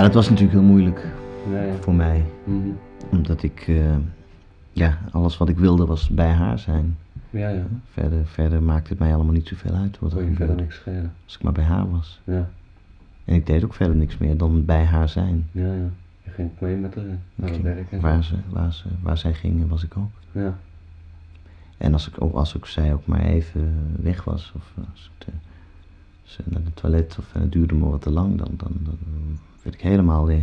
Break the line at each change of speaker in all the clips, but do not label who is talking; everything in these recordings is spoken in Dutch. het was natuurlijk heel moeilijk
Ja, ja.
voor mij.
Mhm.
Omdat ik, eh, ja, alles wat ik wilde was bij haar zijn.
ja, ja.
Mhm. Verder, verder maakte het mij allemaal niet zoveel uit wat er
Kon je verder
gebeurde.
niks schelen.
Als ik maar bij haar was.
Ja,
En ik deed ook verder niks meer dan bij haar zijn.
ja, ja. Je ging ook mee met haar naar
Ik
het
ging-
werk. en zo.
waar, ze, waar, ze, waar zij gingen was ik ook.
Ja,
En als ik, ook- als ik zij ook maar even weg was, of als het, eh, ze naar het toilet, of en het duurde me wat te lang, dan, dan, dan werd ik helemaal eh,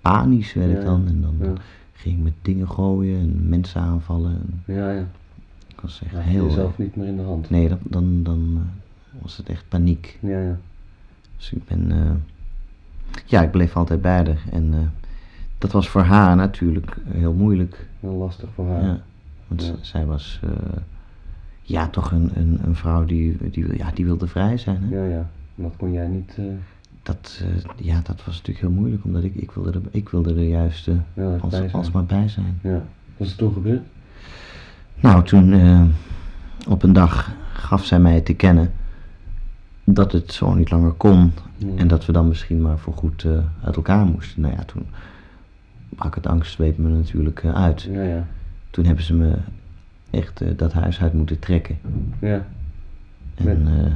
panisch, werd
Ja,
ik dan.
ja.
En dan
ja,
ging ik met dingen gooien en mensen aanvallen. En
ja. ja.
ik was echt
Dan had je
heel...
jezelf niet meer in de hand.
Nee, dan, dan, dan eh, was het echt paniek.
Ja, ja.
Dus ik ben... eh, ja, ik bleef altijd bij haar. En eh, dat was voor haar natuurlijk heel moeilijk.
Heel lastig voor
Ja.
haar.
Want
Ja.
z- zij was eh, ja, toch een, een, een vrouw die, die, wil- ja, die wilde vrij zijn. Hè?
Ja, ja. En dat kon jij niet. eh,
Dat, eh, ja, dat was natuurlijk heel moeilijk, omdat ik, ik, wilde, er, ik wilde er juist eh,
ja,
als,
bij zijn.
alsmaar bij zijn.
Ja. Wat is er toen gebeurd?
Nou, toen eh, op een dag gaf zij mij te kennen dat het zo niet langer kon
Ja.
en dat we dan misschien maar voorgoed eh uit elkaar moesten. Nou ja, toen brak het angstzweep me natuurlijk eh, uit.
Ja, ja.
Toen hebben ze me echt eh, dat huis uit moeten trekken.
Ja,
En eh,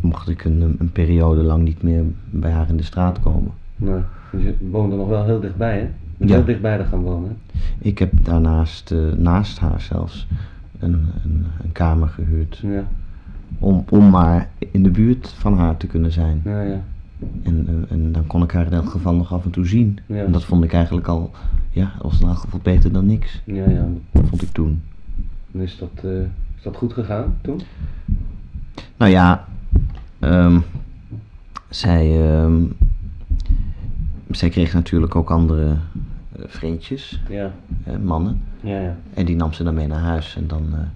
mocht ik een, een periode lang niet meer bij haar in de straat komen.
nou, dus je woonde nog wel heel dichtbij, hè? Je bent
Ja.
heel dichtbij er gaan wonen, hè?
Ik heb daarnaast, eh, naast haar zelfs, een, een, een kamer gehuurd.
Ja,
Om, om maar in de buurt van haar te kunnen zijn.
ja, ja.
En, eh, en dan kon ik haar in elk geval nog af en toe zien.
Ja.
En dat vond ik eigenlijk al, ja, dat was in elk geval beter dan niks.
Ja, ja.
Vond ik toen.
En is dat, eh, is dat goed gegaan toen?
Nou ja, ehm, zij, ehm, zij kreeg natuurlijk ook andere eh, vriendjes,
Ja,
eh, mannen.
ja, ja.
En die nam ze dan mee naar huis. En dan, eh,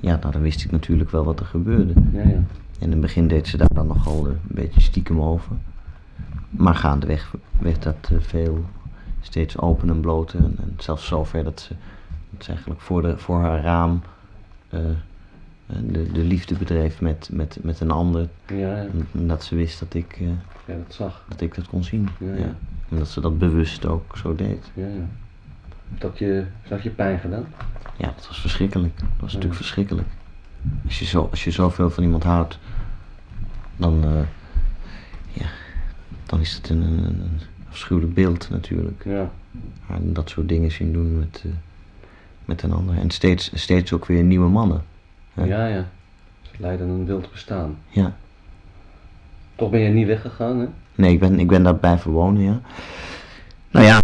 ja, nou, dan wist ik natuurlijk wel wat er gebeurde.
Ja, ja.
In het begin deed ze daar dan nogal eh, een beetje stiekem over. Maar gaandeweg werd dat eh, veel steeds open en bloot. En, en zelfs zover dat ze, dat ze eigenlijk voor, de, voor haar raam eh, de, de liefde bedreef met, met, met een ander.
Ja, ja.
En, en dat ze wist dat ik, eh,
Ja, dat zag.
dat ik dat kon zien.
Ja, ja.
En dat ze dat bewust ook zo deed.
Ja, ja. Heeft Dat je, heeft dat je pijn gedaan?
Ja, dat was verschrikkelijk. Dat was natuurlijk
Ja.
verschrikkelijk. Als je, zo, als je zoveel van iemand houdt, dan, eh, ja, dan is het een, een, een afschuwelijk beeld natuurlijk.
Ja.
Haar dat soort dingen zien doen met, eh, met een ander. En steeds, steeds ook weer nieuwe mannen. Ja.
Ja, ja. Ze leiden een wild bestaan.
Ja.
Toch ben je niet weggegaan, hè?
Nee, ik ben, ik ben daar blijven wonen, ja. Nou ja.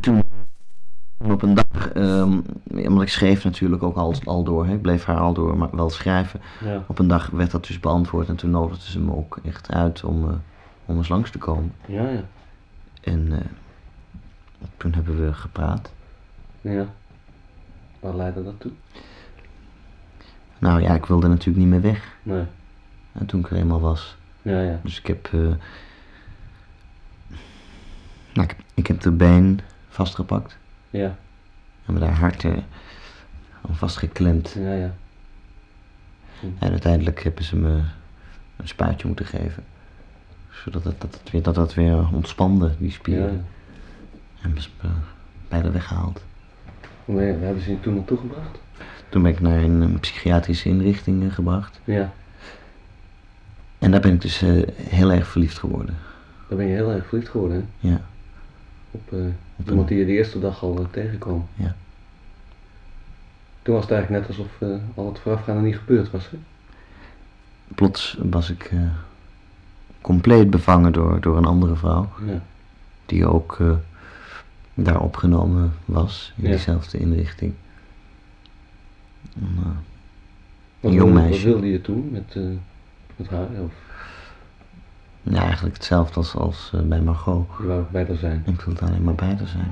Toen op een dag, ehm, want ik schreef natuurlijk ook al, al door, hè. ik bleef haar al door, maar wel schrijven.
Ja.
Op een dag werd dat dus beantwoord en toen nodigden ze me ook echt uit om, eh, om eens langs te komen.
Ja, ja.
En eh, toen hebben we gepraat.
Ja. Waar leidde dat toe?
Nou ja, ik wilde natuurlijk niet meer weg
Nee.
hè, toen ik er eenmaal was.
Ja, ja.
Dus ik heb, eh, nou, ik, ik heb de been vastgepakt
Ja.
en met haar hart eh, aan vastgeklemd.
Ja, ja.
En uiteindelijk hebben ze me een spuitje moeten geven. Zodat het, dat, het weer, dat dat weer ontspande, die
Ja,
spieren.
ja.
En hebben ze me bijna weggehaald.
Hoe ben je- waar hebben ze je toen naartoe gebracht?
Toen ben ik naar een eh, psychiatrische inrichting eh, gebracht.
Ja.
En daar ben ik dus eh, heel erg verliefd geworden.
Daar ben je heel erg verliefd geworden, hè?
Ja,
Op, eh,
Op
iemand
een-
die je de eerste dag al eh, tegenkwam.
ja.
Toen was het eigenlijk net alsof eh, al het voorafgaande niet gebeurd was, hè?
Plots was ik eh, compleet bevangen door, door een andere vrouw.
Ja.
Die ook eh, daar opgenomen was. In
Ja.
diezelfde inrichting. En, eh,
Wat
Jong
wilde-
meisje.
Wat wilde je toen met, eh, met haar? Of
ja, eigenlijk hetzelfde als, als eh, bij Margot.
je wou bij haar zijn?
Ik wilde alleen maar bij haar zijn.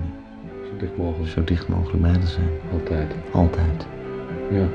Zo dicht mogelijk.
Zo dicht mogelijk bij haar zijn.
Altijd.
Altijd.
Ja.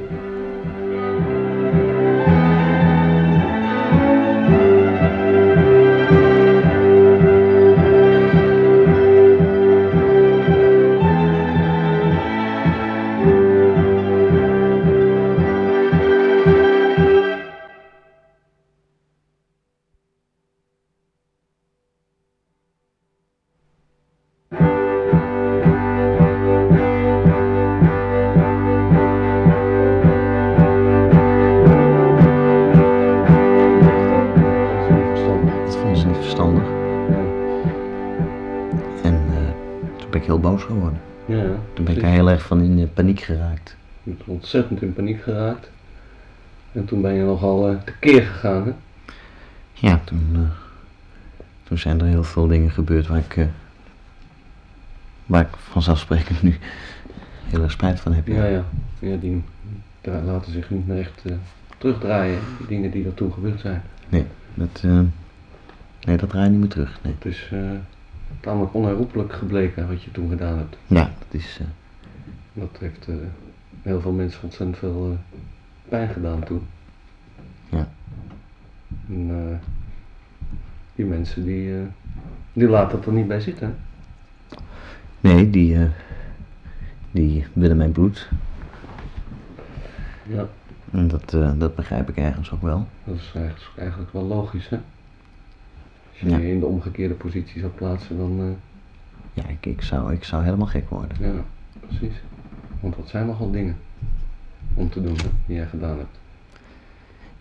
eh, ben ik heel boos geworden.
Ja,
Toen ben ik
precies.
er heel erg van in eh, paniek geraakt.
Je bent ontzettend in paniek geraakt. En toen ben je nogal eh, tekeer gegaan, hè?
Ja, toen, eh, toen zijn er heel veel dingen gebeurd waar ik, eh, waar ik vanzelfsprekend nu heel erg spijt van heb.
Ja, ja. ja die dra- laten zich niet meer echt eh, terugdraaien, die dingen die er toen gebeurd zijn.
Dat, eh, nee, dat draai je niet meer terug. Nee.
Het is eh, tamelijk onherroepelijk gebleken wat je toen gedaan hebt.
Ja, dat is. eh,
Dat heeft eh, heel veel mensen ontzettend veel eh, pijn gedaan toen.
Ja.
En, eh, die mensen die, eh, die laten het er niet bij zitten. hè?
nee, die, eh, die willen mijn bloed.
Ja.
En dat, eh, dat begrijp ik ergens ook wel.
Dat is eigenlijk, eigenlijk wel logisch, hè? Als je
Ja.
je in de omgekeerde positie zou plaatsen, dan... eh,
Ja, ik, ik, zou, ik zou helemaal gek worden.
ja, precies. Want dat zijn nogal dingen om te doen, hè, die jij gedaan hebt.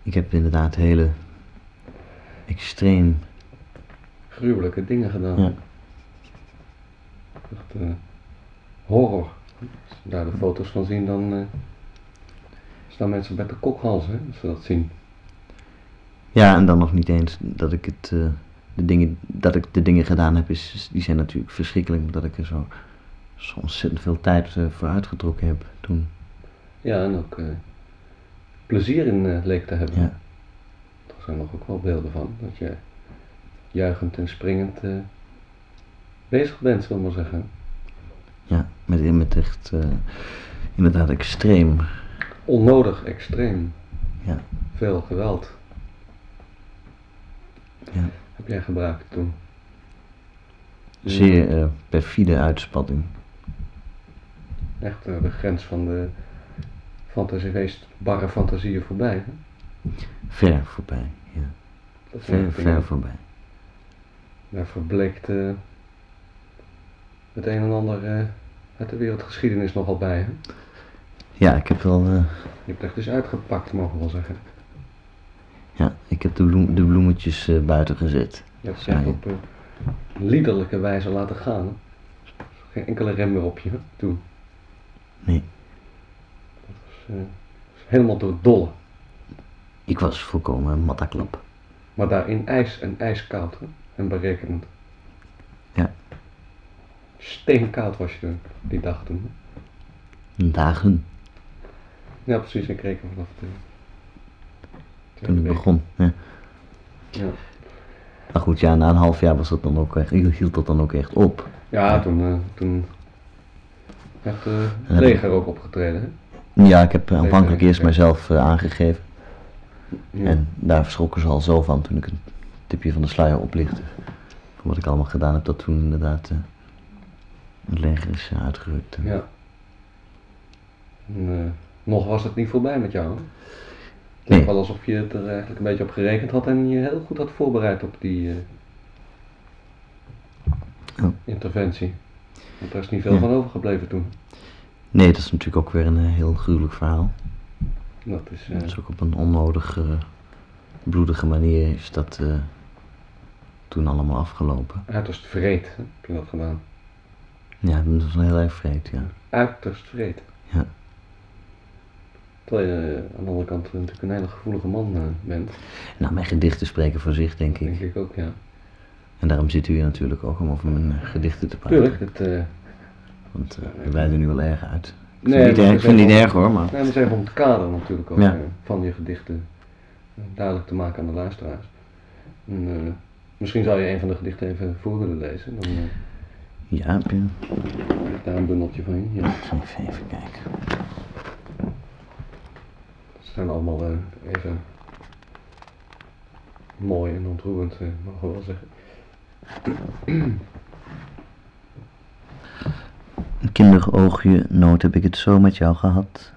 Ik heb inderdaad hele extreem.
Gruwelijke dingen gedaan.
Ja.
Echt eh, horror. Als we
Mm.
daar de foto's van zien, dan eh, staan mensen bij de kokhals, hè, als ze dat zien.
Ja, en dan nog niet eens dat ik het. eh, de dingen, dat ik de dingen gedaan heb, is, is- die zijn natuurlijk verschrikkelijk. Omdat ik er zo, zo ontzettend veel tijd eh, voor uitgetrokken heb toen.
Ja, en ook eh, plezier in eh, leek te hebben.
Ja.
Er zijn nog ook wel beelden van, dat je juichend en springend eh, bezig bent, zullen we maar zeggen.
Ja, met, met echt. eh, inderdaad extreem.
Onnodig, extreem.
Ja.
Veel geweld.
Ja.
Heb jij gebruikt toen?
Zeer eh, perfide uitspatting.
Echt eh, de grens van de fantasie, meest barre fantasieën voorbij. hè?
Ver voorbij. Ja.
Dat zijn
Ver,
echt dingen-
ver voorbij.
Daar verbleekt eh, het een en ander eh, uit de wereldgeschiedenis nogal bij. Hè?
Ja, ik heb wel. eh,
Je hebt echt dus uitgepakt, mogen we wel zeggen.
ja, ik heb de, bloem, de bloemetjes eh, buiten gezet.
Je hebt ze
Ja,
echt
ja.
op eh, liederlijke wijze laten gaan. Hè? Geen enkele rem meer op je hè, toen.
Nee.
Dus, eh, helemaal door het dolle.
Ik was volkomen een mattaklap.
Maar daarin ijs en ijskoud hè? en berekenend.
Ja.
Steenkoud was je die dag toen. hè?
Dagen
Ja, precies. Ik reken vanaf eh, de.
toen het begon. Ja.
Ja.
Maar goed, ja, na een half jaar was dat dan ook echt, hield dat dan ook echt op.
Ja, toen, eh, toen heeft eh,
heb
het
ik-
leger ook opgetreden. Hè?
Ja, ik heb aanvankelijk
nee,
eerst
nee.
mijzelf eh, aangegeven.
Ja.
En daar schrokken ze al zo van toen ik een tipje van de sluier oplichtte. Van wat ik allemaal gedaan heb, dat toen inderdaad eh, het leger is eh, uitgerukt. En
Ja. En, eh, nog was het niet voorbij met jou. hè? Het
Nee.
leek wel alsof je het er eigenlijk een beetje op gerekend had en je heel goed had voorbereid op die eh,
Oh.
interventie. Want daar is niet veel
Ja.
van overgebleven toen.
Nee, dat is natuurlijk ook weer een eh, heel gruwelijk verhaal.
Dat is, eh,
Dat is ook op een onnodige, bloedige manier is dat eh, toen allemaal afgelopen.
uiterst vreed, hè, heb je dat gedaan.
Ja, dat was heel erg vreed, ja.
Uiterst vreed.
Ja.
Terwijl je eh, aan de andere kant natuurlijk een hele gevoelige man eh, bent.
Nou, mijn gedichten spreken voor zich, denk ik.
Denk ik ook, ja.
En daarom zit u hier natuurlijk ook om over mijn eh, gedichten te praten.
Tuurlijk, het, eh,
Want eh, we wijden nu wel erg uit. Ik vind
Nee,
het niet,
maar
erg,
het
ik
is
vind het niet
wel-
erg hoor, maar...
Nee, maar het is even om het kader natuurlijk ook
Ja.
eh, van je gedichten eh, duidelijk te maken aan de luisteraars. En, eh, misschien zou je een van de gedichten even voor willen lezen. Dan eh,
Ja, heb je...
heb ik daar een bundeltje van. Ja.
Even, even kijken.
Het zijn allemaal eh, even mooi en ontroerend, eh mogen we wel zeggen.
Kinderoogje, nooit heb ik het zo met jou gehad.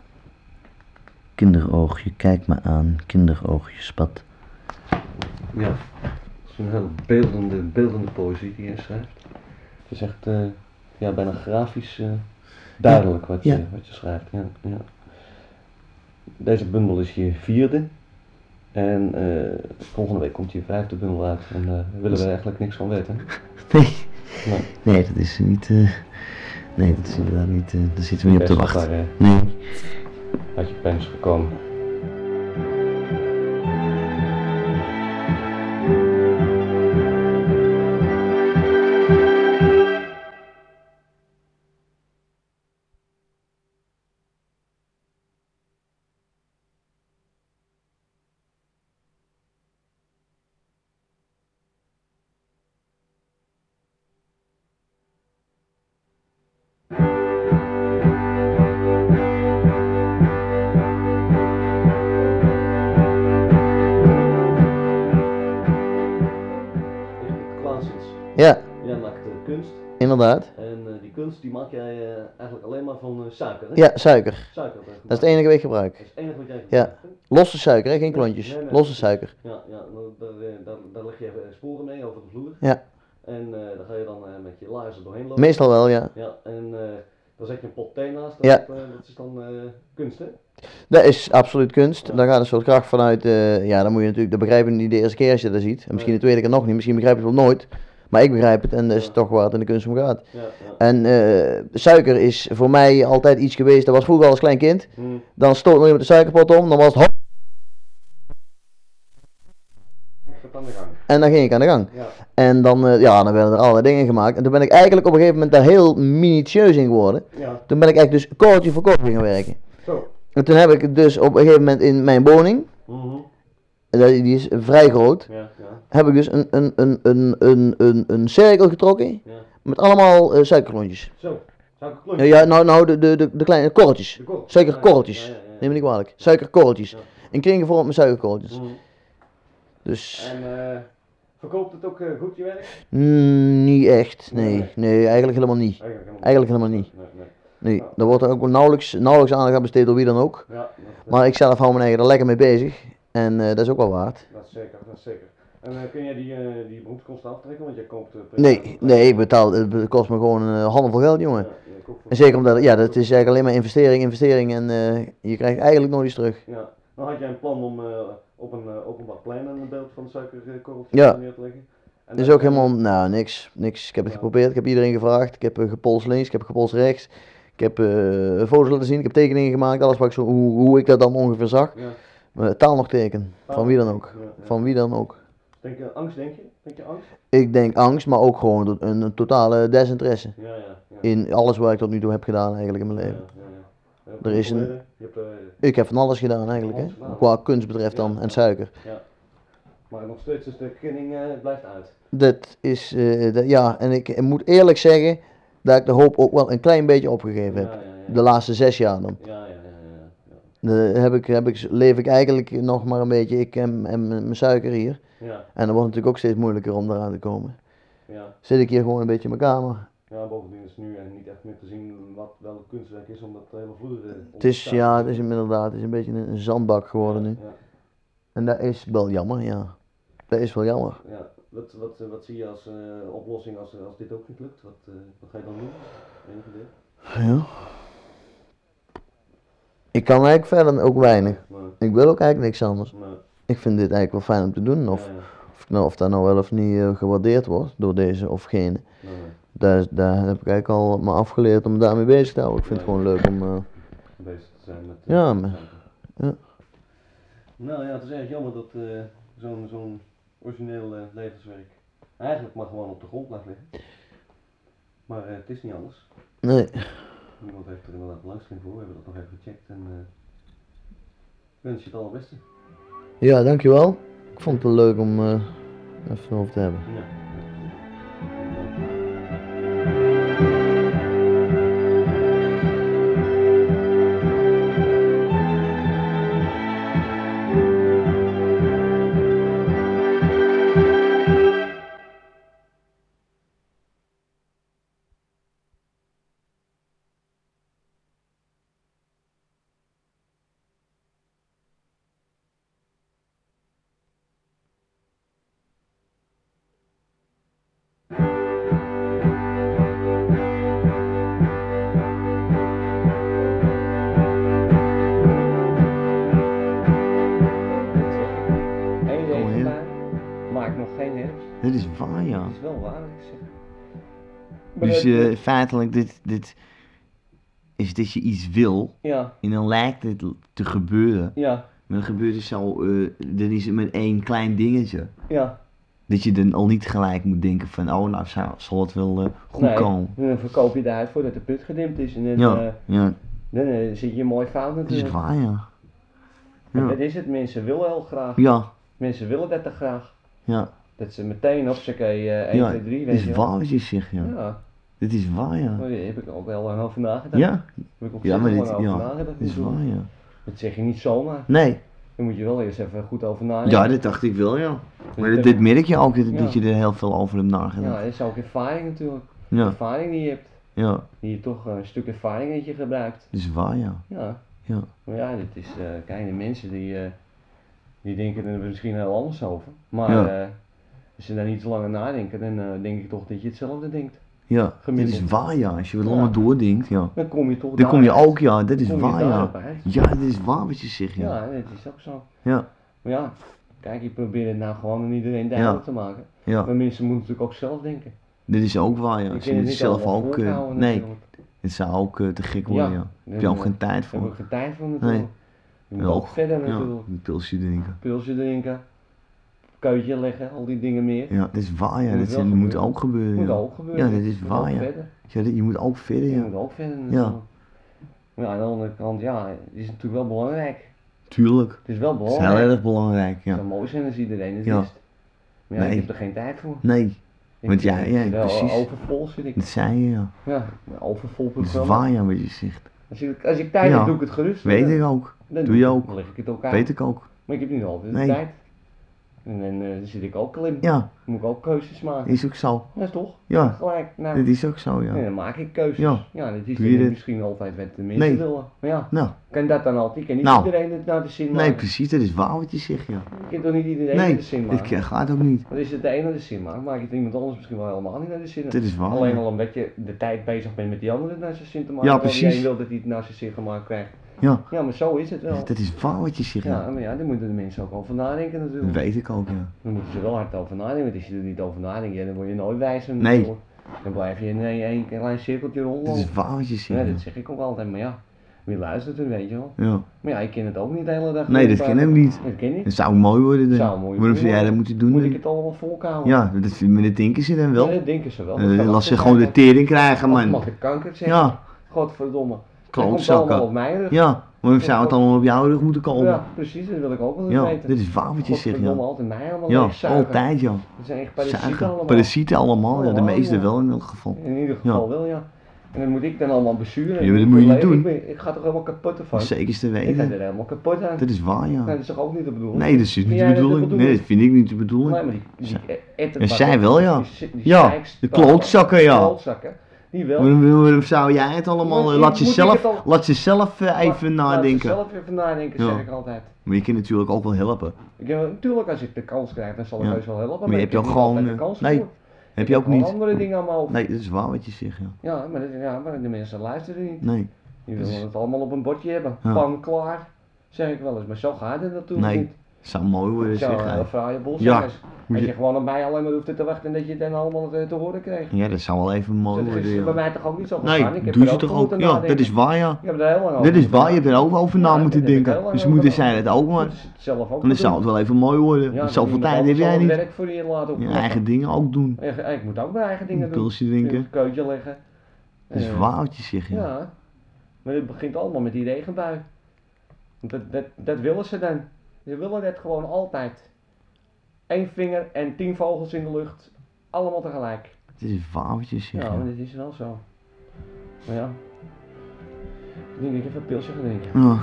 Kinderoogje, kijk me aan. Kinderoogje, spat.
Ja, het is een hele beeldende, beeldende poëzie die je schrijft. Het is echt eh, ja, bijna grafisch eh, duidelijk wat, je,
ja.
wat je schrijft. Ja, ja. Deze bundel is je vierde. En
Dus-
eh, volgende week komt je vijfde bundel uit. En eh, daar willen we eigenlijk niks van weten.
Nee,
Nee.
Nee, dat is niet. eh, nee, dat is inderdaad niet. eh, daar zitten we niet op te
Best wel
wachten.
daar,
Nee.
eh, uit je pens gekomen. Klaasens,
Ja,
jij maakt eh, kunst.
inderdaad.
En eh, die kunst die maak jij eh, eigenlijk alleen maar van eh, suiker, hè?
Ja, suiker.
Suiker. heb je
Dat is
gemaakt.
het enige wat ik
Dat
gebruik.
is het enige wat jij
Ja.
gemaakt hebt.
Losse suiker, hè? geen
Nee,
klontjes.
nee, nee.
Losse suiker.
Ja, ja nou, daar, eh, daar, daar leg je even sporen mee over de vloer.
Ja.
En eh daar ga je dan eh, met je laarzen doorheen lopen.
Meestal wel, ja.
Ja, en eh dan zet je een pot thee naast.
Ja.
Dat, eh, dat is dan eh, kunst, hè?
Dat is absoluut kunst.
Ja.
Daar gaat een soort kracht vanuit. eh, ja, dan moet je natuurlijk, dat begrijp je niet de eerste keer als je dat ziet. En misschien de tweede keer nog niet, misschien begrijp je het wel nooit. Maar ik begrijp het en dat is
Ja.
toch waar het in de kunst om gaat.
Ja, ja.
En eh, suiker is voor mij altijd iets geweest. Dat was vroeger als klein kind.
Hm.
Dan stoot nog iemand de suikerpot om, dan was het hop
Gaat aan de gang.
en dan ging ik aan de gang.
Ja.
En dan, eh, ja, dan werden er allerlei dingen gemaakt. En toen ben ik eigenlijk op een gegeven moment daar heel minutieus in geworden.
Ja.
Toen ben ik eigenlijk dus kortje voor kortje gaan werken.
Zo.
En toen heb ik het dus op een gegeven moment in mijn woning,
Mhm.
en dat- die is vrij groot,
Ja, ja,
heb ik dus een, een, een, een, een, een, een cirkel getrokken
ja.
met allemaal eh, suikerklontjes.
Zo. Suikerklontjes.
Ja, Ja, nou, nou de, de, de, de kleine korreltjes.
De korrel.
Suikerkorreltjes.
Ja, ja, ja, ja.
Neem me niet kwalijk. Suikerkorreltjes.
Ja.
In kringen vorm met suikerkorreltjes.
Hm.
Dus
En eh, verkoopt het ook eh, goed je werk?
mm, niet echt. Nee,
Nee.
nee, eigenlijk helemaal niet.
Eigenlijk
Eigenlijk helemaal niet.
Nee, nee.
Nee, daar wordt er ook nauwelijks, nauwelijks aandacht aan besteed door wie dan ook.
Ja, dat,
Maar ik zelf hou mijn eigen er lekker mee bezig. En eh, dat is ook wel waard.
dat is zeker, dat is zeker. En eh, kun jij die, eh, die beroepskosten aftrekken? Want jij koopt... eh, per jaar
Nee,
een-
nee, ik betaal, eh, het kost me gewoon een handenvol geld, jongen.
Ja, je koopt voor-
En zeker omdat, ja, dat is eigenlijk alleen maar investering, investering en eh, je krijgt eigenlijk nooit iets terug.
Ja, dan had jij een plan om eh, op een eh, openbaar plein een beeld van suikerkorreltjes
Ja.
neer te leggen. En
Het is
dat-
ook helemaal, nou, niks, niks. Ik heb het
Ja.
geprobeerd, ik heb iedereen gevraagd, ik heb eh, gepolst links, ik heb gepolst rechts. Ik heb eh, foto's laten zien, ik heb tekeningen gemaakt, alles wat ik zo, hoe, hoe ik dat dan ongeveer zag.
Ja,
Maar taal nog teken,
Taal
van
nog
wie dan
teken,
ook.
ja, Ah. ja.
Van wie dan ook.
denk je, angst denk je? Denk je angst?
Ik denk angst, maar ook gewoon een- een, een totale desinteresse.
Ja, ja. ja.
In alles wat ik tot nu toe heb gedaan eigenlijk in mijn
Ja,
leven.
ja, ja. Je hebt
Er is een-
opgeleiden, Je hebt, eh,
Ik heb van alles gedaan eigenlijk,
Alles
hè?
gedaan.
qua kunst betreft dan,
Ja.
en suiker.
maar nog steeds is de kenning eh, blijft uit.
Dat is, eh, dat- ja, en ik, ik moet eerlijk zeggen dat ik de hoop ook wel een klein beetje opgegeven heb.
Ja, ja, ja.
De laatste zes jaar dan.
Ja, ja, ja, ja, ja.
Dan heb ik, heb ik, leef ik eigenlijk nog maar een beetje, ik en, en mijn mijn suiker hier.
Ja,
En dan wordt het natuurlijk ook steeds moeilijker om daaraan te komen.
ja.
Zit ik hier gewoon een beetje in mijn kamer.
Ja, bovendien is nu eh, niet echt meer te zien wat wel een kunstwerk is, omdat de hele vloer... eh,
Het is,
onderstaat.
ja, het is inderdaad het is een beetje een, een zandbak geworden nu.
Ja,
En dat is wel jammer, ja. Dat is wel jammer.
ja. Wat, wat, eh, wat zie je als eh, oplossing als, als dit ook niet lukt? Wat, eh, wat ga je dan doen? Eén idee?
Ja. Ik kan eigenlijk verder ook weinig.
Maar,
Ik wil ook eigenlijk niks anders.
maar,
Ik vind dit eigenlijk wel fijn om te doen. Of,
ja, ja.
of, nou, of dat nou wel of niet eh, gewaardeerd wordt door deze of gene.
Nou, ja.
Daar, daar heb ik eigenlijk al me afgeleerd om daarmee bezig te houden. Ik vind het gewoon leuk om. eh,
bezig te zijn met.
Ja,
eh,
maar-
zaken.
ja.
Nou ja, het is erg jammer dat eh, zo'n zo'n origineel eh, levenswerk eigenlijk maar gewoon op de grond lag liggen. Maar eh, het is niet anders.
nee.
Niemand heeft er inderdaad belangstelling voor. We hebben dat nog even gecheckt en eh, ik wens je het allerbeste.
Ja, dankjewel. Ik vond het wel leuk om eh, even over te hebben.
Ja.
dus
het-
eh, feitelijk, dit, dit is dat je iets wil
Ja,
en dan lijkt het te gebeuren.
ja,
Maar dan gebeurt het zo, eh, dan is het met één klein dingetje.
ja.
Dat je dan al niet gelijk moet denken van, oh nou zou- zal het wel eh, goed
Nee.
komen.
Dan verkoop je de huid voordat de put gedimpt is. En dan,
Ja,
eh,
ja,
dan eh, zit je mooi fout
dat is
natuurlijk.
waar ja.
En
Ja,
Dat is het, mensen willen heel graag.
ja,
Mensen willen dat er graag.
ja.
Dat ze eh, meteen op z'n 1,
Ja,
2, 3,
Dat
weet
is
je wel.
waar wat je zegt ja.
Ja,
Dit is waar ja.
maar daar heb ik al wel lang over nagedacht.
Ja,
Heb ik op
ja
zich
maar
al
dit
lang over
ja,
nagedacht.
dit is waar ja.
Dat zeg je niet zomaar.
Nee,
Daar moet je wel eerst even goed over nadenken.
ja dat dacht ik wel ja.
Dus
Maar dit,
dat-
dit merk je ook, dat, dat
Ja.
je er heel veel over hebt
Ja,
nagedacht.
dat is ook ervaring natuurlijk.
Ja,
Ervaring die je hebt.
ja,
Die je toch een stuk ervaring dat je gebruikt.
dat is waar ja.
Ja.
Ja.
Maar ja, dit is eh kleine mensen die, eh, die denken er misschien heel anders over. Maar
Ja.
eh, als ze daar niet zo lang aan nadenken, dan eh, denk ik toch dat je hetzelfde denkt.
Ja, dat
Gemiddeld.
is waar ja. Als je wat
Ja.
langer doordenkt ja.
Dan kom je toch
Dan kom je
daaruit.
ook ja, dat is
Kom je
waar ja.
daarop uit.
Ja, dat is waar wat je zegt ja.
Ja, dat is ook zo.
Ja,
Maar ja, kijk, ik probeer het nou gewoon aan iedereen duidelijk te maken.
ja.
Maar mensen moeten natuurlijk ook zelf denken.
Dit is ook waar ja.
Ik
Ze moeten zelf ook... eh, nee, het zou ook eh, te gek worden ja. Heb je ook geen tijd
Daar heb ik
voor.
geen tijd voor
Nee.
natuurlijk. Je moet
Ja,
ook verder
Ja,
natuurlijk.
een pilsje drinken.
Pilsje drinken, kuitje leggen, al die dingen meer.
Ja, dat is waar ja.
Moet
Dat
wel
is- moet
gebeuren.
ook gebeuren
Moet
ja.
ook gebeuren.
Ja, dit is
Moet
waar,
ook
ja.
verder.
Ja, dat- Je moet ook verder
Je
ja.
moet ook verder. natuurlijk. Ja, aan de andere kant, ja, het is natuurlijk wel belangrijk.
Tuurlijk.
Het is wel
Dat is heel
belangrijk.
erg belangrijk
Het
ja.
zou mooi zijn als iedereen het
Ja.
wist. Maar ja,
Nee.
ik heb er geen tijd voor.
Nee,
Ik
Want ja,
zit
ja,
wel
precies.
Overvol zit ik.
dat zei je ja.
Ja, overvol
Dat is
programma.
waar ja wat je zegt.
Als ik, als ik tijd
Ja.
heb, doe ik het gerust.
Weet
Dan-
ik ook.
dan
Doe je ook.
Dan leg ik het ook aan.
Weet ik ook.
Maar ik heb niet altijd de
Nee.
tijd. En dan eh, zit ik ook al in.
Ja,
Moet ik ook keuzes maken.
is ook zo.
Dat is toch?
Ja,
Gelijk. Nou,
dat is ook zo
en
ja.
dan maak ik keuzes.
Ja.
dat is
Doe je
niet
dit?
misschien altijd wat de mensen
Nee.
willen. Maar ja,
Nou.
kan dat dan altijd? Kan niet
Nou.
iedereen het naar de zin
Nee,
maken?
precies, dat is waar wat je zegt, ja.
Je kan toch niet iedereen
Nee,
naar de zin
dit
maken?
ke- gaat ook niet.
Want is het de ene naar de zin maakt, maakt het iemand anders misschien wel helemaal niet naar de zin.
Dit is waar.
Alleen
ja.
al omdat je de tijd bezig bent met die andere naar zijn zin te maken.
Ja,
terwijl die
precies.
een wil dat hij het naar zijn zin gemaakt krijgt.
Ja,
Ja, maar zo is het wel.
dat is waar wat je zegt,
Ja,
ja.
maar ja, daar moeten de mensen ook over nadenken
Dat
natuurlijk.
weet ik ook, ja.
Daar moeten ze wel hard over nadenken, want als je er niet over nadenkt, ja, dan word je nooit wijzer.
Nee.
natuurlijk. Dan blijf je in één één klein cirkeltje
Dat is
rondlopen.
waar wat je
Ja, dat
zegt, ja.
zeg ik ook altijd, maar ja, wie luistert er, weet je wel.
Ja.
Maar ja, ik ken het ook niet de hele dag.
Nee, dat ken
ken
ik niet.
Dat ken ik.
Dat zou mooi worden, dan.
Zou mooi
Waarom zou jij
worden.
dat moeten doen?
Moet
dan?
ik het allemaal volkomen?
Ja, dat, maar dat denken ze dan wel.
dat denken ze wel.
Eh,
Dat
laat ze
zou
gewoon de
ook
tering krijgen,
zijn. Of Mag
man.
ik kanker zeggen?
Ja,
Godverdomme. Dat komt allemaal
klootzakken.
op mijn rug.
Ja, waarom zou het allemaal op jouw rug moeten komen?
Ja, precies, dat wil ik ook wel eens
Ja,
weten.
dat is waar wat je zegt,
Godverdomme,
ja.
altijd mij allemaal
Ja,
leegzuigen.
altijd, ja.
Dat zijn echt parasieten
Zuigen.
allemaal.
Parasieten allemaal, ja. De
Allemaal,
meeste
ja.
wel in elk geval.
In ieder geval wel, ja. En dan moet ik dan allemaal besturen.
Ja, maar dat moet je niet
Ik
doen.
ben- Ik ga toch helemaal kapot ervan?
Zeker is te
Ik ga
weten.
er helemaal kapot aan.
Dat is waar,
Nou,
ja.
dat is toch ook niet de bedoeling?
Nee, dat is niet
Vind
de
jij dat de
bedoeling. Nee,
bedoeling?
dat vind ik niet de
Nee,
bedoeling.
maar die, die etteren
En
wat
zij
op.
wel, ja.
Die, die
Ja,
zeikst-
de klootzakken,
De
ja.
klootzakken, die wel.
Waarom, waarom zou jij het allemaal...
Moet-
eh, Laat
moet ik het
jezelf,
al-
laat jezelf eh, even
Laat- laat
nadenken.
ze zelf even nadenken,
Ja.
zeg ik altijd.
Maar je kunt natuurlijk ook wel helpen.
Ik, heb- natuurlijk, als ik de kans krijg, dan zal ik
Ja.
heus wel
Maar
helpen.
je
ik
hebt
heb
ook
niet
gewoon,
altijd de
eh,
kans
nee,
ervoor.
Heb
Ik
je ook
heb gewoon
niet.
andere dingen aan mijn hoofd.
Nee, dat is waar wat je zegt, ja.
Ja, maar, dat- ja, maar de mensen luisteren niet.
Nee,
Die
Dat
willen
is-
het allemaal op een bordje hebben.
Ja.
Bam, klaar. Zeg ik wel eens, maar zo gaat het natuurlijk
Nee,
niet.
zou mooi worden,
Het
zeg
zou een heel
hij.
fraaie bol
Ja,
zijn. als-
moet
Als
je-
je gewoon op mij alleen maar hoeft te wachten en dat je het dan allemaal eh, te, te horen krijgt.
Ja, dat zou wel even
Dat
mooi
is
worden,
bij
ja.
mij toch ook niet zo gegaan. ik
Nee,
heb
doe
er
ze
ook
toch
over
ook.
moeten
Ja,
nadenken. Oh,
dat is waar, ja.
Ik heb er heel lang over
Dat is waar, je hebt er ook over na
Ja,
moeten
dat heb ik heel
denken.
lang
Dus
over
moeten zij
nagedacht.
dat ook maar.
Moeten ze het zelf ook
En dan
doen.
zou het wel even mooi worden.
Ja,
Want Zoveel tijd heb jij
Ik
niet.
werk voor je laten
Je
opknappen.
eigen dingen ook doen.
Ja, Ik, moet ook mijn eigen dingen
Een
doen.
pilsje
Ik
drinken.
moet Een keutje leggen.
Dat is
Eh,
waar wat je zegt, ja.
Ja, maar het begint allemaal met die regenbui. Want Dat, dat, dat willen ze dan. Ze willen dat gewoon altijd. Eén vinger en tien vogels in de lucht. Allemaal tegelijk.
Dit is waar wat je zegt.
Ja,
Ja,
maar dit is wel zo. Maar ja. Ik denk dat ik even een pilsje ga drinken.
Ja.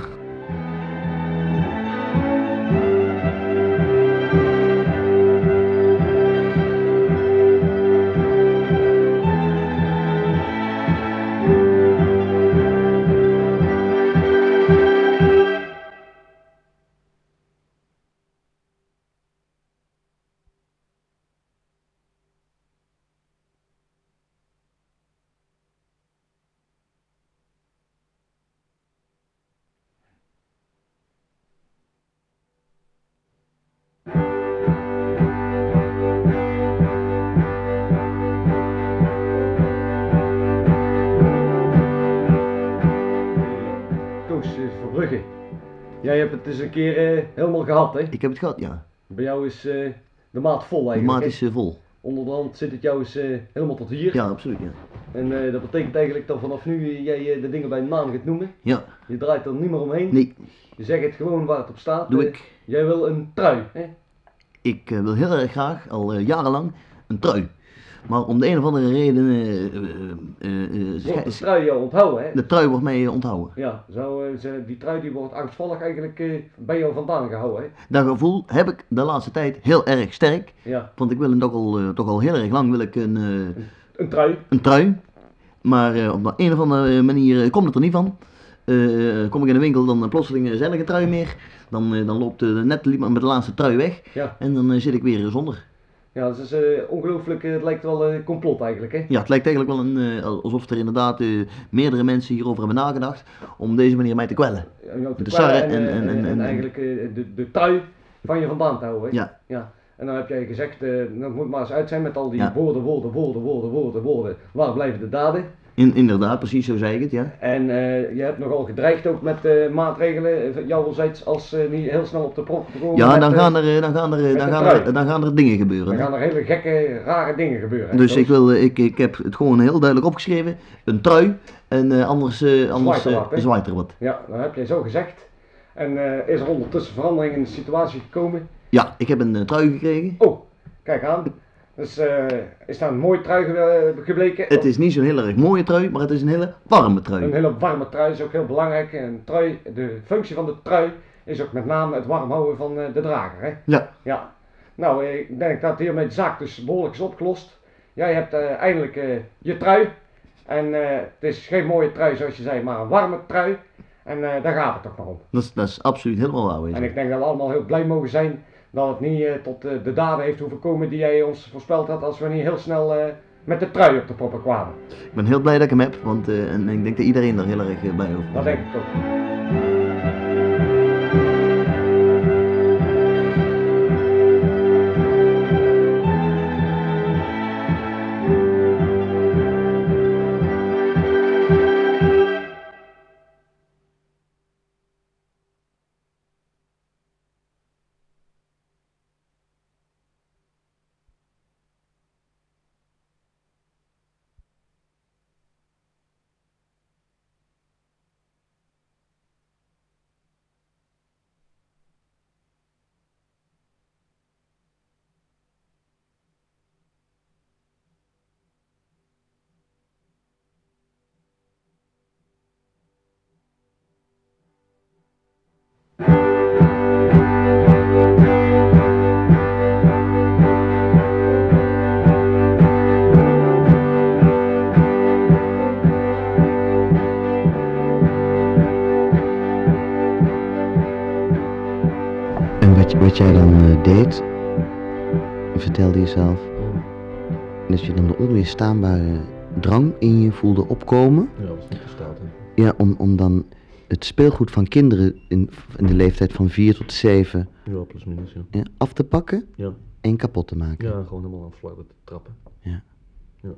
Jij hebt het dus een keer eh, helemaal gehad, hè?
Ik heb het gehad, ja.
Bij jou is eh, de maat vol
De
eigenlijk.
maat
hè?
is eh, vol.
Onder de hand zit het jou eens eh, helemaal tot hier.
Ja, absoluut, ja.
En eh, dat betekent eigenlijk dat vanaf nu eh, jij eh, de dingen bij de naam gaat noemen.
Ja,
Je draait er niet meer omheen.
nee,
Je zegt het gewoon waar het op staat.
doe
Eh,
ik.
Jij wil een trui, hè?
Ik eh, wil heel erg graag, al eh, jarenlang, een trui. Maar om de een of andere reden... eh, eh, eh, eh,
Wordt de
schij-
trui jou onthouden, hè?
de trui wordt mij eh, onthouden.
Ja, zo, eh, ze- die trui die wordt angstvallig eigenlijk eh, bij jou vandaan gehouden, hè?
Dat gevoel heb ik de laatste tijd heel erg sterk.
Ja,
Want ik wil hem toch al, eh, toch al heel erg lang wil ik een, eh,
een trui.
een trui. Maar eh, op de een of andere manier eh, komt het er niet van. Eh, kom ik in de winkel, dan eh, plotseling eh, zijn er geen trui meer. Dan, eh, dan loopt eh, net iemand met de laatste trui weg.
Ja,
En dan eh, zit ik weer zonder.
ja dat is eh, ongelooflijk, eh, het lijkt wel een complot eigenlijk, hè?
Ja, het lijkt eigenlijk wel een, eh, alsof er inderdaad eh, meerdere mensen hierover hebben nagedacht. Om deze manier mij te kwellen.
Om jou te
De
kwellen
sarre en-
en, eh,
en- en-
en
en-
eigenlijk eh, de, de trui van je vandaan te houden, hè?
Ja,
En dan heb jij gezegd, eh dat moet maar eens uit zijn met al die
Ja.
woorden, woorden, woorden, woorden, woorden, woorden. Waar blijven de daden?
in, inderdaad, precies zo zei ik het, ja.
En eh, je hebt nogal gedreigd ook met eh, maatregelen, eh, jouwerzijds, als eh, niet heel snel op de prof komen.
Ja,
met,
dan
eh,
gaan er, eh, dan gaan er, eh,
met
dan
de
gaan er,
trui.
dan gaan er dingen
dan
gebeuren. hè.
gaan er hele gekke, rare dingen gebeuren.
Dus
Zo
ik, wil, eh, ik, ik heb het gewoon heel duidelijk opgeschreven. Een trui. En eh, anders, eh, anders
er
eh,
wat, hè?
zwaait er wat.
Ja, dat heb jij zo gezegd. En eh, is er ondertussen verandering in de situatie gekomen?
Ja, ik heb een eh, trui gekregen.
Oh, kijk aan. Dus eh, is daar een mooi trui ge- gebleken.
Het is niet zo'n heel erg mooie trui, maar het is een hele warme trui.
Een hele warme trui is ook heel belangrijk. En een trui, de functie van de trui is ook met name het warm houden van eh, de drager. Hè?
Ja.
ja. Nou, eh, ik denk dat hiermee de zaak dus behoorlijk is opgelost. Jij hebt eh, eindelijk eh, je trui. En eh, het is geen mooie trui zoals je zei, maar een warme trui. En eh, daar gaat het toch maar om.
Dat is, dat is absoluut helemaal waar. weet je.
En ik denk dat we allemaal heel blij mogen zijn dat het niet eh, tot eh, de daden heeft hoeven komen die jij ons voorspeld had als we niet heel snel eh, met de trui op de proppen kwamen.
Ik ben heel blij dat ik hem heb, want eh, en, ik denk dat iedereen er heel erg eh, blij over is.
Dat denk ik ook.
En wat, wat jij dan eh, deed, vertelde jezelf, dat je dan de onweerstaanbare drang in je voelde opkomen.
Ja, dat is niet gesteld. hè.
Ja, om, om dan het speelgoed van kinderen in, in de leeftijd van 4 tot 7
Ja, plus minus, ja.
ja, af te pakken
Ja,
en kapot te maken.
ja gewoon helemaal aan het flarden te trappen.
Ja.
Ja,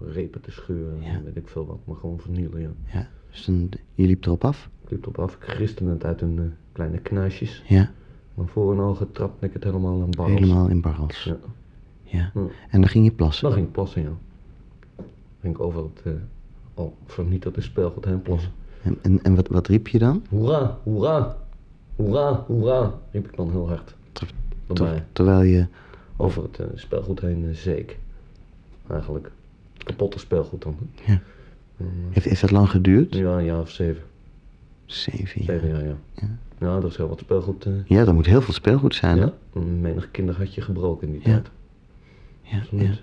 repen te scheuren,
Ja.
weet ik veel wat, maar gewoon vernielen, ja.
Ja, dus dan, je liep erop af.
Ik liep erop af, ik griste het uit hun eh, kleine knuisjes.
Ja,
Maar voor en al getrapt en ik het helemaal aan barrels.
helemaal in barrels.
Ja.
Ja.
Ja.
En dan ging je plassen.
Dan ging ik plassen, ja. Ging ik over het eh, al vernietigde speelgoed heen plassen.
En, en, en wat, wat riep je dan?
Hoera, hoera, hoera, hoera, riep ik dan heel hard.
Ter-
Bij
Ter-
mij,
terwijl je...
over het eh, speelgoed heen eh, zeek. Eigenlijk. Het kapotte speelgoed dan. hè.
Ja. Heeft, heeft dat lang geduurd?
Ja, een jaar of zeven.
Zeven jaar.
Zeven jaar, ja.
Ja.
Ja, er is heel wat speelgoed. eh
Ja, dat moet heel veel speelgoed zijn. hè?
ja. Menig kinder had je gebroken in die
Ja.
tijd.
Ja,
Zo
ja.
niet.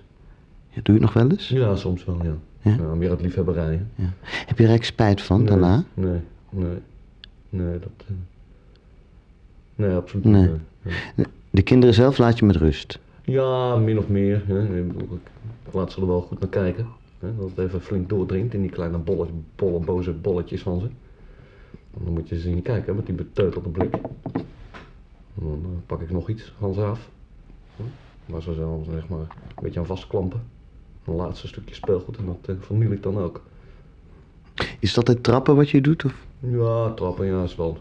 Ja, doe je het nog wel eens?
ja, soms wel, ja.
Ja.
Nou, meer het liefhebberij. hè.
Ja. Heb je er eigenlijk spijt van
Nee,
daarna?
Nee, nee. Nee, dat... eh, Nee, absoluut
Nee.
niet. nee. Ja.
De kinderen zelf laat je met rust.
Ja, min of meer. Hè. Ik, bedoel, ik laat ze er wel goed naar kijken. Hè. Dat het even flink doordringt in die kleine bolle, bolle, boze bolletjes van ze. En Dan moet je ze zien kijken hè, met die beteutelde blik. En dan eh, pak ik nog iets van ze af. Hè. Waar ze dan zeg maar een beetje aan vastklampen. Een laatste stukje speelgoed en dat eh verniel ik dan ook.
Is dat het trappen wat je doet? Of?
Ja, trappen ja, is wel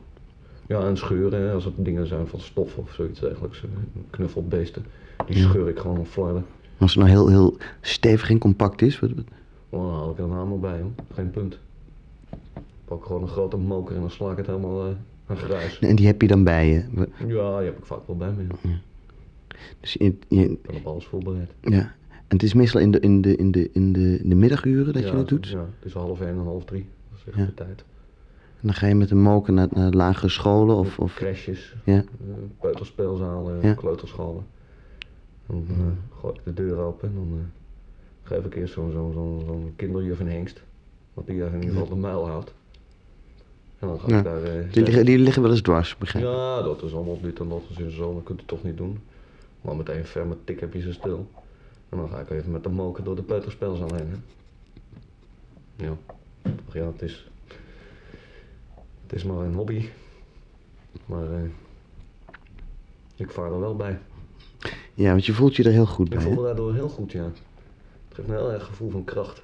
Ja, en scheuren, hè, als het dingen zijn van stof of zoiets dergelijks. eh, Knuffelbeesten, die scheur ik gewoon op flarden.
Als het nou heel, heel stevig en compact is. Wat, wat-
Oh, dan haal ik er een hamer bij, hoor. geen punt. Pak gewoon een grote moker en dan sla ik het helemaal eh aan grijs.
En die heb je dan bij je. Wa-
Ja, die heb ik vaak wel bij me. ja. Ik
Dus je- je-
ben op alles voorbereid.
ja. En het is meestal in de, in de, in de, in de, in de middaguren dat je
ja,
dat doet.
Ja, tussen half één en half drie. Dat is echt
Ja.
de tijd.
En dan ga je met een moker naar, naar lagere scholen of... of
Crashes,
ja.
eh, peuterspeelzalen,
Ja.
kleuterscholen. Dan eh, gooi ik de deur open en dan eh, geef ik eerst zo'n zo, zo, kinderjuf een hengst. Want die eh, in ieder geval de mijl houdt. En dan ga ik
Ja.
daar... eh,
die, liggen, die liggen wel eens dwars, begrijp ik.
Ja, dat is allemaal dit en dat is in de zomer, kunt u toch niet doen. Maar meteen een ferme tik heb je ze stil. En dan ga ik even met de moker door de peuterspelzaal heen. Hè. Ja, Ach ja, het is, het is maar een hobby. Maar eh, ik vaar er wel bij.
Ja, want je voelt je er heel goed
Ik
bij.
voel me
hè?
daardoor heel goed, ja. Het geeft een heel erg gevoel van kracht.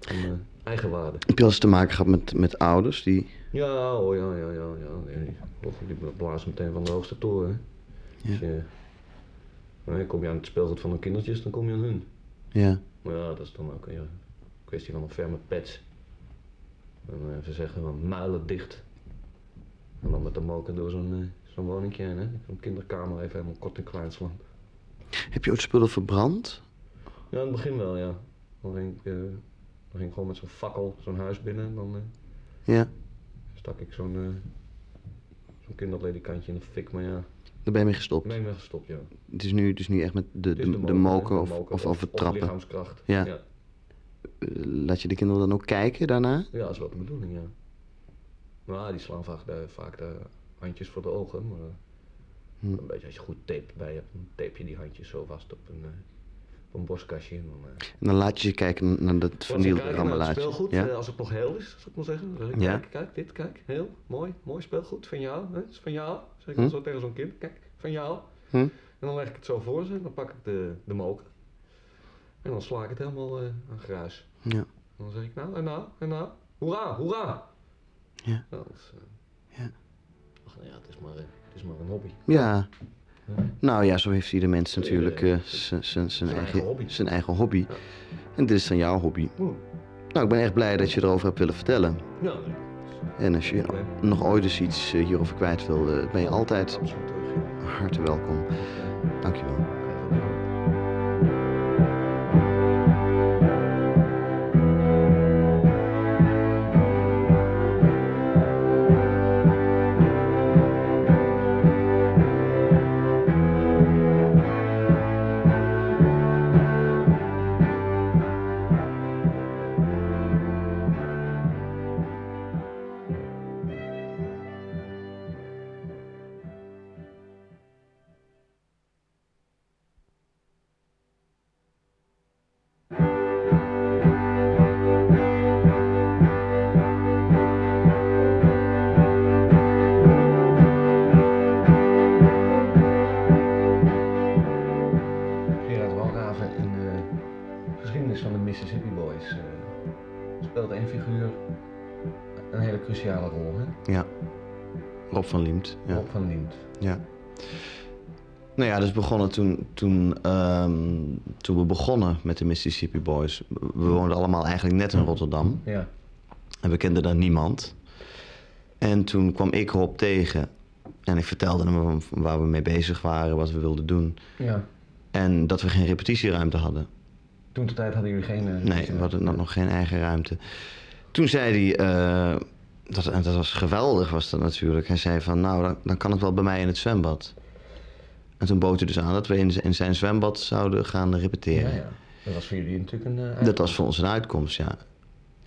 Van eh, eigenwaarde.
Heb je wel eens te maken gehad met, met ouders die...
Ja, oh ja, ja, ja, ja. Nee, Och, die blazen meteen van de hoogste toren. hè.
Ja.
Dus, eh, nee, kom je aan het speelgoed van de kindertjes, dan kom je aan hun.
Ja.
Maar ja, dat is dan ook weer een kwestie van een ferme pets. En eh, ze zeggen van muilen dicht. En dan met de moker door zo'n eh, zo'n woningje heen, hè. Zo'n kinderkamer even helemaal kort en klein slaan.
Heb je ooit spullen verbrand?
Ja, in het begin wel, ja. Dan ging ik, eh, dan ging ik gewoon met zo'n fakkel zo'n huis binnen en dan... eh,
Ja.
stak ik zo'n eh, zo'n kinderledikantje in de fik, maar ja.
Daar ben je mee gestopt.
Nee, ben gestopt, ja. Het
Het is nu, dus nu echt met de,
is
de, de,
hè,
moker, of,
de
of, of, het trappen.
lichaamskracht.
Ja.
ja.
Eh, Laat je de kinderen dan ook kijken daarna?
Ja, dat is wel de bedoeling, ja. Maar die slaan vaak de, vaak de handjes voor de ogen, maar... eh,
Hm.
Een beetje als je goed tape bij hebt, dan tape je die handjes zo vast op een, eh, op een borstkastje. En dan, eh,
En dan laat je ze kijken naar dat
Want ze kijken
vernielde
naar het
rammelaatje.
speelgoed,
Ja?
eh, als het nog heel is, zou ik maar zeggen. Dan zeg ik,
Ja.
Kijk, kijk, dit, kijk, heel, mooi, mooi speelgoed, van jou, hè, is van jou. Zeg ik
Hm?
dan zo tegen zo'n kind, kijk, van jou.
Hm?
En dan leg ik het zo voor ze, dan pak ik de, de moker. En dan sla ik het helemaal eh, aan gruis.
Ja.
En dan zeg ik, nou, en nou, en nou, hoera, hoera.
Ja.
Nou, dat is, eh,
Ja.
Ach, nou ja, het is maar, eh, het is maar een hobby.
Ja.
Ja.
Nou ja, zo heeft ieder mens natuurlijk
Eh,
eh, zijn- zijn- zijn
eigen hobby.
eigen- zijn eigen hobby.
Ja.
En dit is dan jouw hobby.
Oeh.
Nou, ik ben echt blij dat je erover hebt willen vertellen.
Hm. Ja, nee,
En als je
probleem.
nog ooit eens iets eh, hierover kwijt wil, eh, ben je altijd
Absoluut terug. ja.
hartelijk welkom. Dankjewel.
Oké. Gerard Walraven in de geschiedenis van de Mississippi Boys eh, speelt één figuur een hele cruciale rol, hè?
Rob van Liemt. Ja.
Rob van Liemt.
ja. Nou ja, dus begonnen toen, toen, ehm, toen we begonnen met de Mississippi Boys. We woonden allemaal eigenlijk net in Rotterdam.
Ja.
En we kenden daar niemand. En toen kwam ik Rob tegen. En ik vertelde hem waar we- waar we mee bezig waren, wat we wilden doen.
ja.
En dat we geen repetitieruimte hadden.
Toen de tijd hadden jullie geen... eh,
Nee, we hadden dan nog geen eigen ruimte. Toen zei hij, eh, dat, en dat was geweldig was dat natuurlijk. Hij zei van, nou, dan, dan kan het wel bij mij in het zwembad. En toen bood hij dus aan dat we in, z- in zijn zwembad zouden gaan repeteren.
Ja, ja. Dat was voor jullie natuurlijk een... eh,
Dat was voor ons een uitkomst, ja.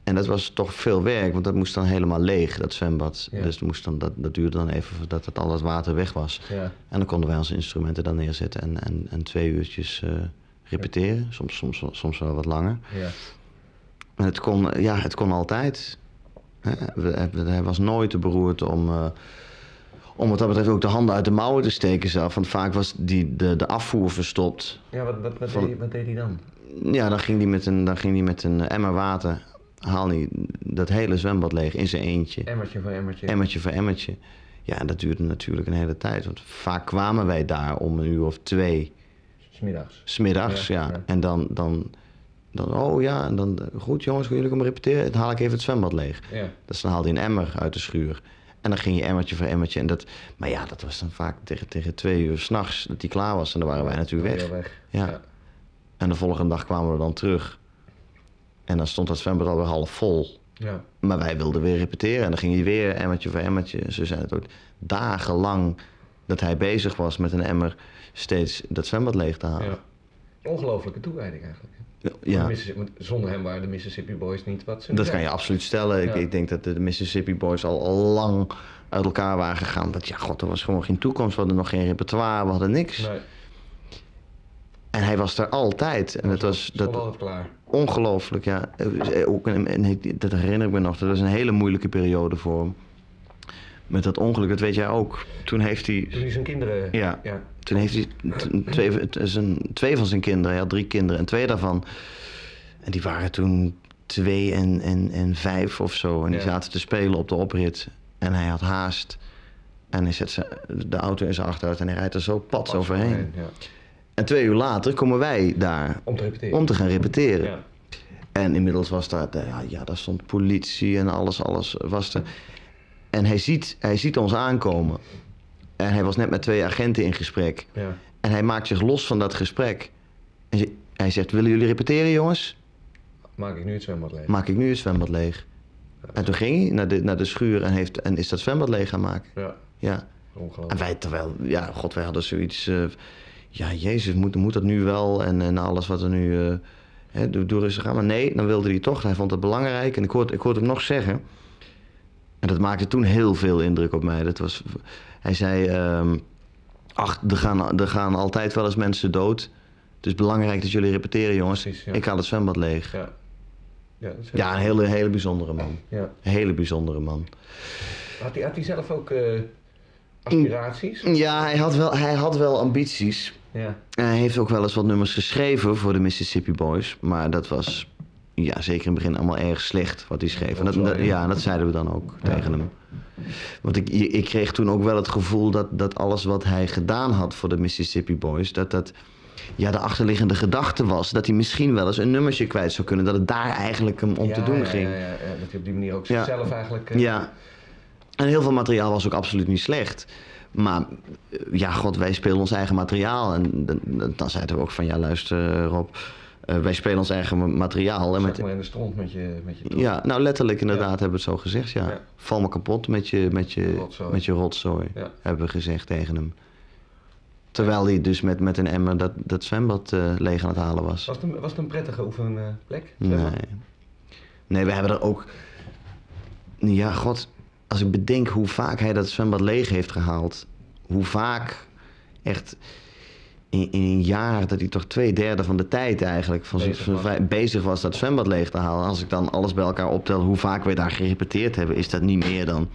En dat was toch veel werk, want dat moest dan helemaal leeg, dat zwembad.
Ja.
Dus dat, moest dan, dat, dat duurde dan even voordat het, al dat water weg was.
Ja.
En dan konden wij onze instrumenten dan neerzetten en, en, en twee uurtjes eh, repeteren. Soms, soms, soms wel wat langer.
Ja.
Maar het kon, ja, het kon altijd. Hè, we- we- Hij was nooit te beroerd om, eh, om wat dat betreft ook de handen uit de mouwen te steken zelf. Want vaak was die, de, de afvoer verstopt.
Ja, wat, wat, wat,
Van-
deed, wat deed hij dan?
Ja, dan ging hij met een, dan ging die met een emmer water, haalde hij dat hele zwembad leeg in zijn eentje.
Emmertje voor emmertje.
Emmertje voor emmertje. Ja, en dat duurde natuurlijk een hele tijd. Want vaak kwamen wij daar om een uur of twee
Smiddags.
Smiddags, ja.
Ja, ja.
En dan, dan, dan, oh ja, en dan, goed jongens, kunnen jullie komen repeteren? Dan haal ik even het zwembad leeg.
Ja.
Dus dan haalde hij een emmer uit de schuur. En dan ging je emmertje voor emmertje. En dat, maar ja, dat was dan vaak tegen, tegen twee uur s'nachts dat hij klaar was. En dan waren wij natuurlijk weg.
Ja, weg.
Ja. En de volgende dag kwamen we dan terug. En dan stond dat zwembad alweer half vol.
Ja.
Maar wij wilden weer repeteren. En dan ging hij weer emmertje voor emmertje. En Zo zijn het ook dagenlang dat hij bezig was met een emmer steeds dat zwembad leeg te
ja.
halen.
Ongelooflijke toewijding eigenlijk. hè.
ja.
De Missis- want Zonder hem waren de Mississippi Boys niet wat ze nu
Dat kan
zijn.
je absoluut stellen. Ik,
Ja.
ik denk dat de Mississippi Boys al, al lang uit elkaar waren gegaan. Want ja, god, er was gewoon geen toekomst. We hadden nog geen repertoire, we hadden niks.
Nee,
En hij was er altijd. En het was
dat
dat
altijd klaar.
ongelooflijk, ja. Eh, Ook een, en dat herinner ik me nog. Dat was een hele moeilijke periode voor hem. Met dat ongeluk, dat weet jij ook. Toen heeft hij,
Toen hij zijn kinderen...
Ja.
ja.
toen heeft hij t- twee, t- zijn, twee van zijn kinderen, hij had drie kinderen. En twee daarvan, en die waren toen twee en, en, en vijf of zo. En die
Ja.
zaten te spelen op de oprit. En hij had haast. En hij zet zijn, de auto in zijn achteruit en hij rijdt er zo pats overheen.
Ja.
En twee uur later komen wij daar
Om te repeteren.
om te gaan repeteren.
Ja.
En inmiddels was daar, eh, ja, ja, daar stond politie en alles, alles was er. En hij ziet, hij ziet ons aankomen. En hij was net met twee agenten in gesprek.
Ja.
En hij maakt zich los van dat gesprek. En ze- hij zegt, willen jullie repeteren jongens?
Maak ik nu het zwembad leeg.
Maak ik nu het zwembad leeg. En toen ging hij naar de, naar de schuur en, heeft, en is dat zwembad leeg gaan maken.
Ja.
Ja. En
Ongelooflijk.
wij terwijl, ja, god, wij hadden zoiets. eh, ja, Jezus, moet, moet dat nu wel? En, en alles wat er nu. eh, hè, doe, doe rustig aan. Maar nee, dan wilde hij toch. Hij vond het belangrijk. En ik hoorde, ik hoorde hem nog zeggen. En dat maakte toen heel veel indruk op mij. Dat was, hij zei: ehm, Ach, er gaan, er gaan altijd wel eens mensen dood. Het is belangrijk dat jullie repeteren, jongens.
Precies, ja.
Ik haal het zwembad leeg.
Ja. Ja, dus dat is heel-
Ja, een hele, hele bijzondere man.
ja.
Een hele bijzondere man.
Had hij had hij zelf ook eh, aspiraties?
Ja, hij had wel, hij had wel ambities.
Ja.
Hij heeft ook wel eens wat nummers geschreven voor de Mississippi Boys. Maar dat was ja, zeker in het begin allemaal erg slecht wat hij schreef. En dat, dat- ja, en dat zeiden we dan ook tegen hem. Want ik, ik kreeg toen ook wel het gevoel dat, dat alles wat hij gedaan had voor de Mississippi Boys... dat dat ja, de achterliggende gedachte was dat hij misschien wel eens een nummertje kwijt zou kunnen. Dat het daar eigenlijk hem om
Ja,
te doen
ja,
ging.
Ja, ja, ja. Dat hij op die manier ook
Ja.
zichzelf eigenlijk... eh,
Ja. En heel veel materiaal was ook absoluut niet slecht. Maar eh, ja, god, wij spelen ons eigen materiaal. En dan, dan- dan zeiden we ook van, ja luister eh, Rob, eh, wij spelen ons eigen ma- materiaal. En
Zak
met,
maar in de stront met je, met je
ja, nou letterlijk inderdaad hebben we het zo gezegd, ja.
Ja.
Val me kapot met je, met je,
Rotzooi.
Met je rotzooi,
Ja.
hebben we gezegd tegen hem. Terwijl hij dus met, met een emmer dat, dat zwembad eh, leeg aan het halen was.
Was het een, was het een prettige oefenplek?
Nee. Nee, we hebben er ook. Nou Ja, god. Als ik bedenk hoe vaak hij dat zwembad leeg heeft gehaald. Hoe vaak. Echt. In, in een jaar dat hij toch twee derde van de tijd eigenlijk. van zijn-
Bezig
van
was.
zijn vrij- bezig was dat zwembad leeg te halen. Als ik dan alles bij elkaar optel. hoe vaak we daar gerepeteerd hebben. is dat niet meer dan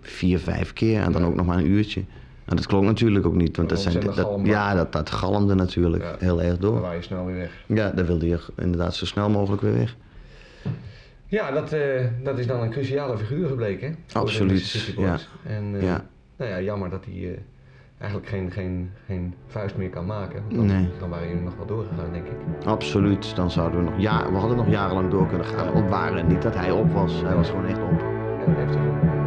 vier, vijf keer. En dan
Ja.
ook nog maar een uurtje. En dat klonk natuurlijk ook niet. Want
Een
dat zijn, dat,
ontzettend galm.
ja, dat, dat galmde natuurlijk
Ja.
heel erg
Dan
door.
waar je snel weer weg.
Ja, daar wilde je inderdaad zo snel mogelijk weer weg.
Ja, dat, eh, dat is dan een cruciale figuur gebleken. hè, voor de
Absoluut,
Mississippi Boys. En eh,
Ja.
nou ja, jammer dat hij eh, eigenlijk geen, geen, geen vuist meer kan maken. want Dan,
Nee.
dan waren jullie nog wel doorgegaan, denk ik.
Absoluut, dan zouden we nog ja, we hadden nog jarenlang door kunnen gaan. Op waren niet dat hij op was, hij was gewoon echt op.
En dat heeft hij.